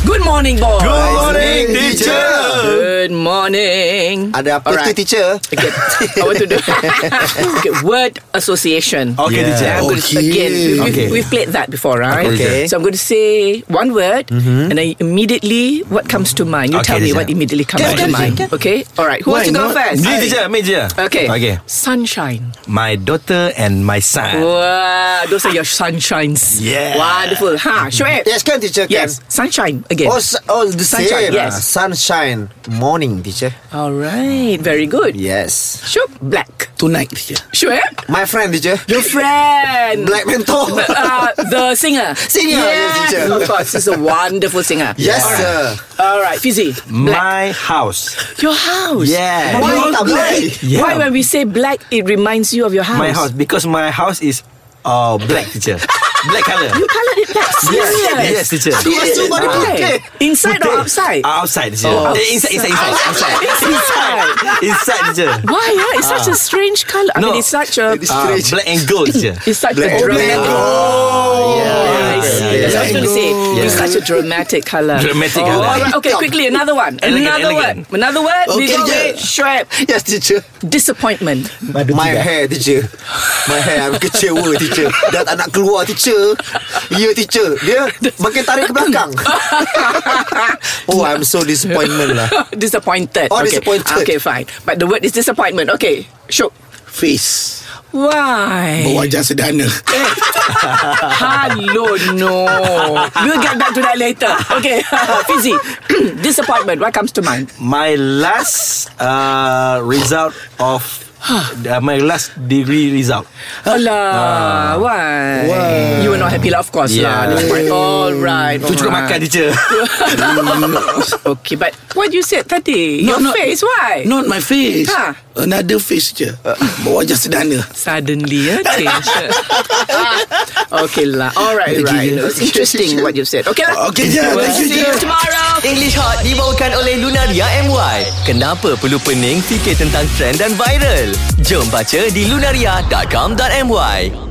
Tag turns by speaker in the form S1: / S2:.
S1: Good morning, boys.
S2: Good morning, teacher.
S1: Good morning.
S3: Ada apa
S1: Alright.
S3: tu teacher?
S1: Okay, I want to do okay, word association.
S2: Okay,
S3: Yeah.
S2: teacher.
S1: I'm going to, again, we, we've,
S3: Okay.
S1: we've played that before, right?
S3: Okay.
S1: So I'm going to say one word, and then immediately what comes to mind. You
S2: Mm-hmm. Okay,
S1: tell me
S2: teacher.
S1: what immediately comes
S2: Can,
S1: to
S2: can,
S1: mind. Okay. All right. Who
S3: Why
S1: wants to go
S3: not?
S1: first?
S2: Me, teacher. Me, teacher.
S1: Okay.
S2: Okay.
S1: Sunshine.
S2: My daughter and my son.
S1: Wow, those are your sunshines.
S2: Yeah.
S1: Wonderful. Ha, Shoaib.
S3: Yes kan teacher kan?
S1: Yes, sunshine again.
S3: Oh, s- oh the
S1: Sunshine,
S3: same.
S1: yes.
S3: Sunshine morning teacher.
S1: All right, very good.
S3: Yes.
S1: Shook black.
S4: Tonight teacher
S1: Shoaib.
S3: My friend teacher.
S1: Your friend.
S3: Black mentor.
S1: Uh, the singer.
S3: Singer, yes,
S1: Yes,
S3: teacher.
S1: of course. He's a wonderful singer.
S3: yes
S1: All right.
S3: sir.
S1: All right, Fizzy. Black.
S2: My house.
S1: Your house.
S2: Yeah.
S3: Why
S1: Why,
S3: tak black?
S2: Yeah.
S1: why when we say black, it reminds you of your house?
S2: My house because my house is uh black, teacher. black color.
S1: You colored it black.
S2: Yes,
S1: Serious.
S2: yes, teacher.
S3: Aku masuk pada
S1: Why?
S3: putih.
S1: Inside or outside?
S2: Uh, outside, teacher.
S1: Oh.
S2: Eh, inside, inside, inside, outside.
S1: Inside.
S2: Inside, teacher. Uh,
S1: Why? Yeah? It's such a strange color. I
S2: No.
S1: mean, it's such a.
S3: It's
S2: Uh,
S3: strange.
S2: black and gold, teacher.
S1: It's such
S3: Black
S1: a
S3: and
S1: dramatic.
S3: gold.
S1: Yeah, I
S2: Oh, yeah,
S1: see.
S2: yeah,
S1: That's what I was going to say.
S2: yeah.
S1: It's such a dramatic color.
S2: Dramatic
S1: oh,
S2: colour.
S1: all right. Okay, quickly another one.
S2: Elegant,
S1: another
S2: elegant.
S1: word. Another word. We
S3: Okay,
S1: go
S3: yeah.
S1: with Shrek.
S3: Yes teacher.
S1: Disappointment.
S3: My hair teacher. My hair I'm kecewa teacher. Dah tak nak keluar teacher. Ya teacher. Dia makin tarik ke belakang. oh I'm so disappointment lah.
S1: disappointed.
S3: Oh,
S1: okay.
S3: disappointed.
S1: Okay, fine. But the word is disappointment. Okay, sure.
S4: Face
S1: Why?
S4: Berwajah sederhana
S1: Hello, no. We'll get back to that later. Okay, Fizzy. disappointment. What comes to mind?
S2: My last uh, result of uh, my last degree result.
S1: Alah, why? You were not happy lah, of course lah.
S2: Yeah.
S1: Disappoint. All right.
S2: Tu juga makan, teacher.
S1: Okay, but what you said tadi?
S4: No,
S1: Your
S4: no.
S1: face, why?
S4: Not my face Uh.
S1: Ha.
S4: Another face je Berwajah sederhana
S1: Suddenly, eh, change. Ah, okay lah. All right,
S4: Okay,
S1: right.
S4: yeah.
S1: It's interesting what you said. Okay lah.
S4: Okay je
S1: We'll
S4: Thank you
S1: see
S4: je
S1: you tomorrow.
S5: English Hot dibawakan oleh Lunaria MY. Kenapa perlu pening fikir tentang trend dan viral? Jom baca di lunaria.com.my.